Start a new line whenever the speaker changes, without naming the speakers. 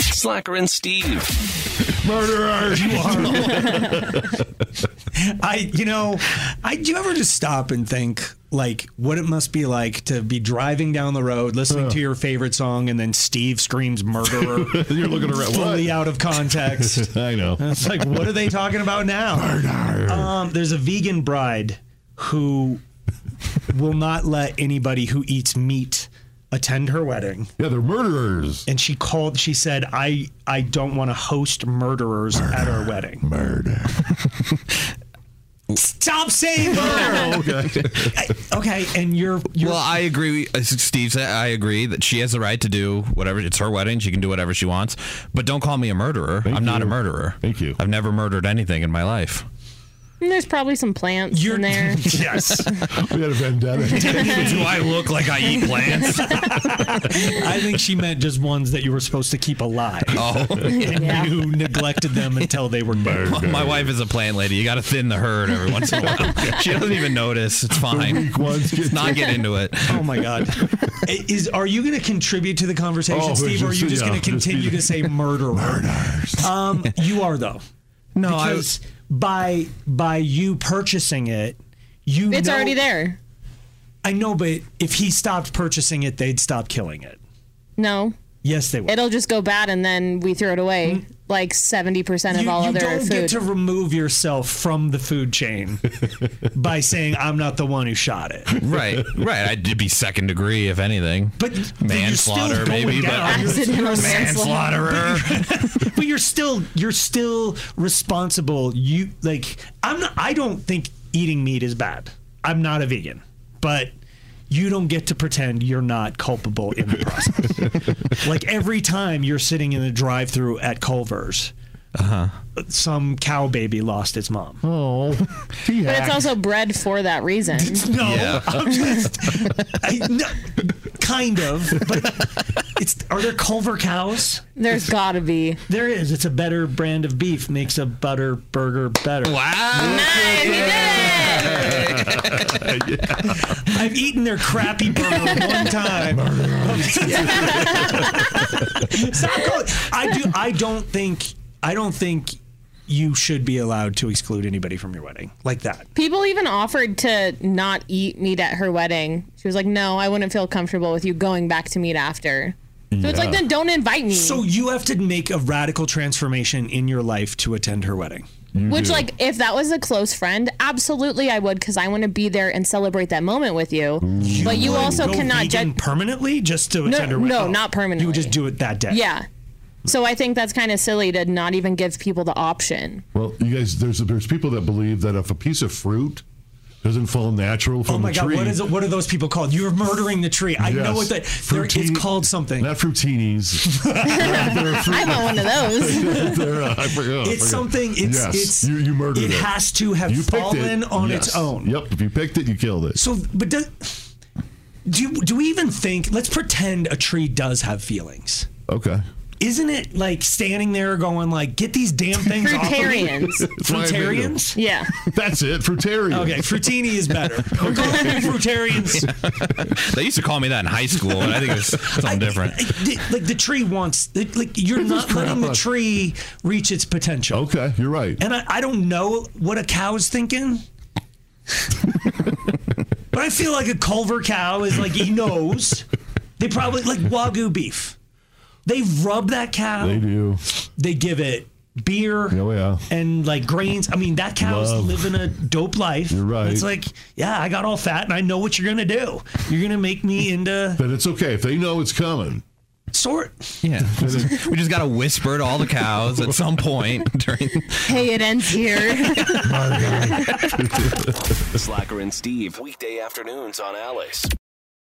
Slacker and Steve.
Murderer, you are. I, you know, I do you ever just stop and think like what it must be like to be driving down the road listening to your favorite song and then Steve screams murderer.
You're looking around,
fully
what?
out of context.
I know.
It's like, what are they talking about now? Um, there's a vegan bride who will not let anybody who eats meat attend her wedding.
Yeah, they're murderers.
And she called, she said, I, I don't want to host murderers at our wedding.
Murder.
Stop saying murder.
okay.
okay, and you're, you're
Well, I agree. with- uh, Steve said I agree that she has the right to do whatever. It's her wedding. She can do whatever she wants. But don't call me a murderer. I'm not a murderer.
Thank you.
I've never murdered anything in my life.
And there's probably some plants
you're
in there.
yes.
We had a vendetta.
do I look like I eat plants?
I think she meant just ones that you were supposed to keep alive.
oh,
And
Yeah.
you neglected them until they were dead.
my wife is a plant lady. You got to thin the herd every once in a while. She doesn't even notice. It's fine.
Weak ones get
Let's not get into it.
Oh my God! I- Is are you going to contribute to the conversation,
Oh,
Steve, or are
just-
you just
yeah,
going to
just be-
continue to say murderer? Murderers. Um, you are though,
No, I was.
because by by you purchasing it, you
It's
know-
already there.
I know, but if he stopped purchasing it, they'd stop killing it.
No.
Yes, they would.
It'll just go bad and then we throw it away. Like 70% of
Mm-hmm. you,
all
you
other
don't
food.
get to remove yourself from the food chain by saying I'm not the one who shot it.
Right, right. I'd be second degree if anything.
But you're still
manslaughter,
going
maybe.
down.
But
Accidental manslaughter.
manslaughterer.
but you're still you're still responsible. You like I'm not I don't think eating meat is bad. I'm not a vegan. But you don't get to pretend you're not culpable in the process. like every time you're sitting in the drive-through at Culver's, some cow baby lost its mom.
oh,
But it's also bred for that reason.
No,
Yeah.
I'm just I, no, kind of, but it's are there Culver cows?
There's gotta be.
There is. It's a better brand of beef. Makes a butter burger better.
Wow.
I've eaten their crappy burger one time. Stop calling- I do. I don't think. I don't think you should be allowed to exclude anybody from your wedding like that.
People even offered to not eat meat at her wedding. She was like, "No, I wouldn't feel comfortable with you going back to meat after." So it's like, then don't invite me.
So you have to make a radical transformation in your life to attend her wedding.
Which, like, if that was a close friend, absolutely I would, because I want to be there and celebrate that moment with you. but you also
Go
cannot
vegan
judge.
permanently just to attend her wedding.
no, not permanently.
You would just do it that day.
yeah. So I think that's kind of silly to not even give people the option.
well, you guys, there's there's people that believe that if a piece of fruit doesn't fall natural from
Oh my
a
God!
tree,
What is it? What are those people called? You're murdering the tree. I know
Yes.
what that. There, it's
Fruitini-
called something.
Not fruitinis. They're fruit-
I want one of those.
they're, uh, I forgot. I
It's
forgot.
something. It's
yes,
it's
you, you murdered it.
It has to have
you picked
fallen
it.
on
Yes.
its own.
Yep. If you picked it, you killed it.
So, but does, do you- do we even think? Let's pretend a tree does have feelings.
Okay.
Isn't it like standing there going like, get these damn things off
Fruitarians.
of
That's why I
me?
made them.
Fruitarians.
Yeah.
That's it. Fruitarian.
Okay, Frutini is better. We're going with Fruitarians.
They used to call me that in high school, and I think it's something different.
I- I- like the tree wants, like like, you're not letting the
crap.
tree reach its potential.
Okay. You're right.
And I, I don't know what a cow's thinking. but I feel like a Culver cow is like, he knows. They probably, like Wagyu beef. They rub that cow,
They
they,
do.
give it beer
Oh yeah.
and like grains. I mean, that cow's
Love.
living a dope life.
You're right.
It's like, yeah, I got all fat and I know what you're going to do. You're going to make me into
But it's okay if they know it's coming.
sort.
Yeah. We just got to whisper to all the cows at some point during.
Hey, it ends here.
Slacker and Steve. Weekday afternoons on Alice.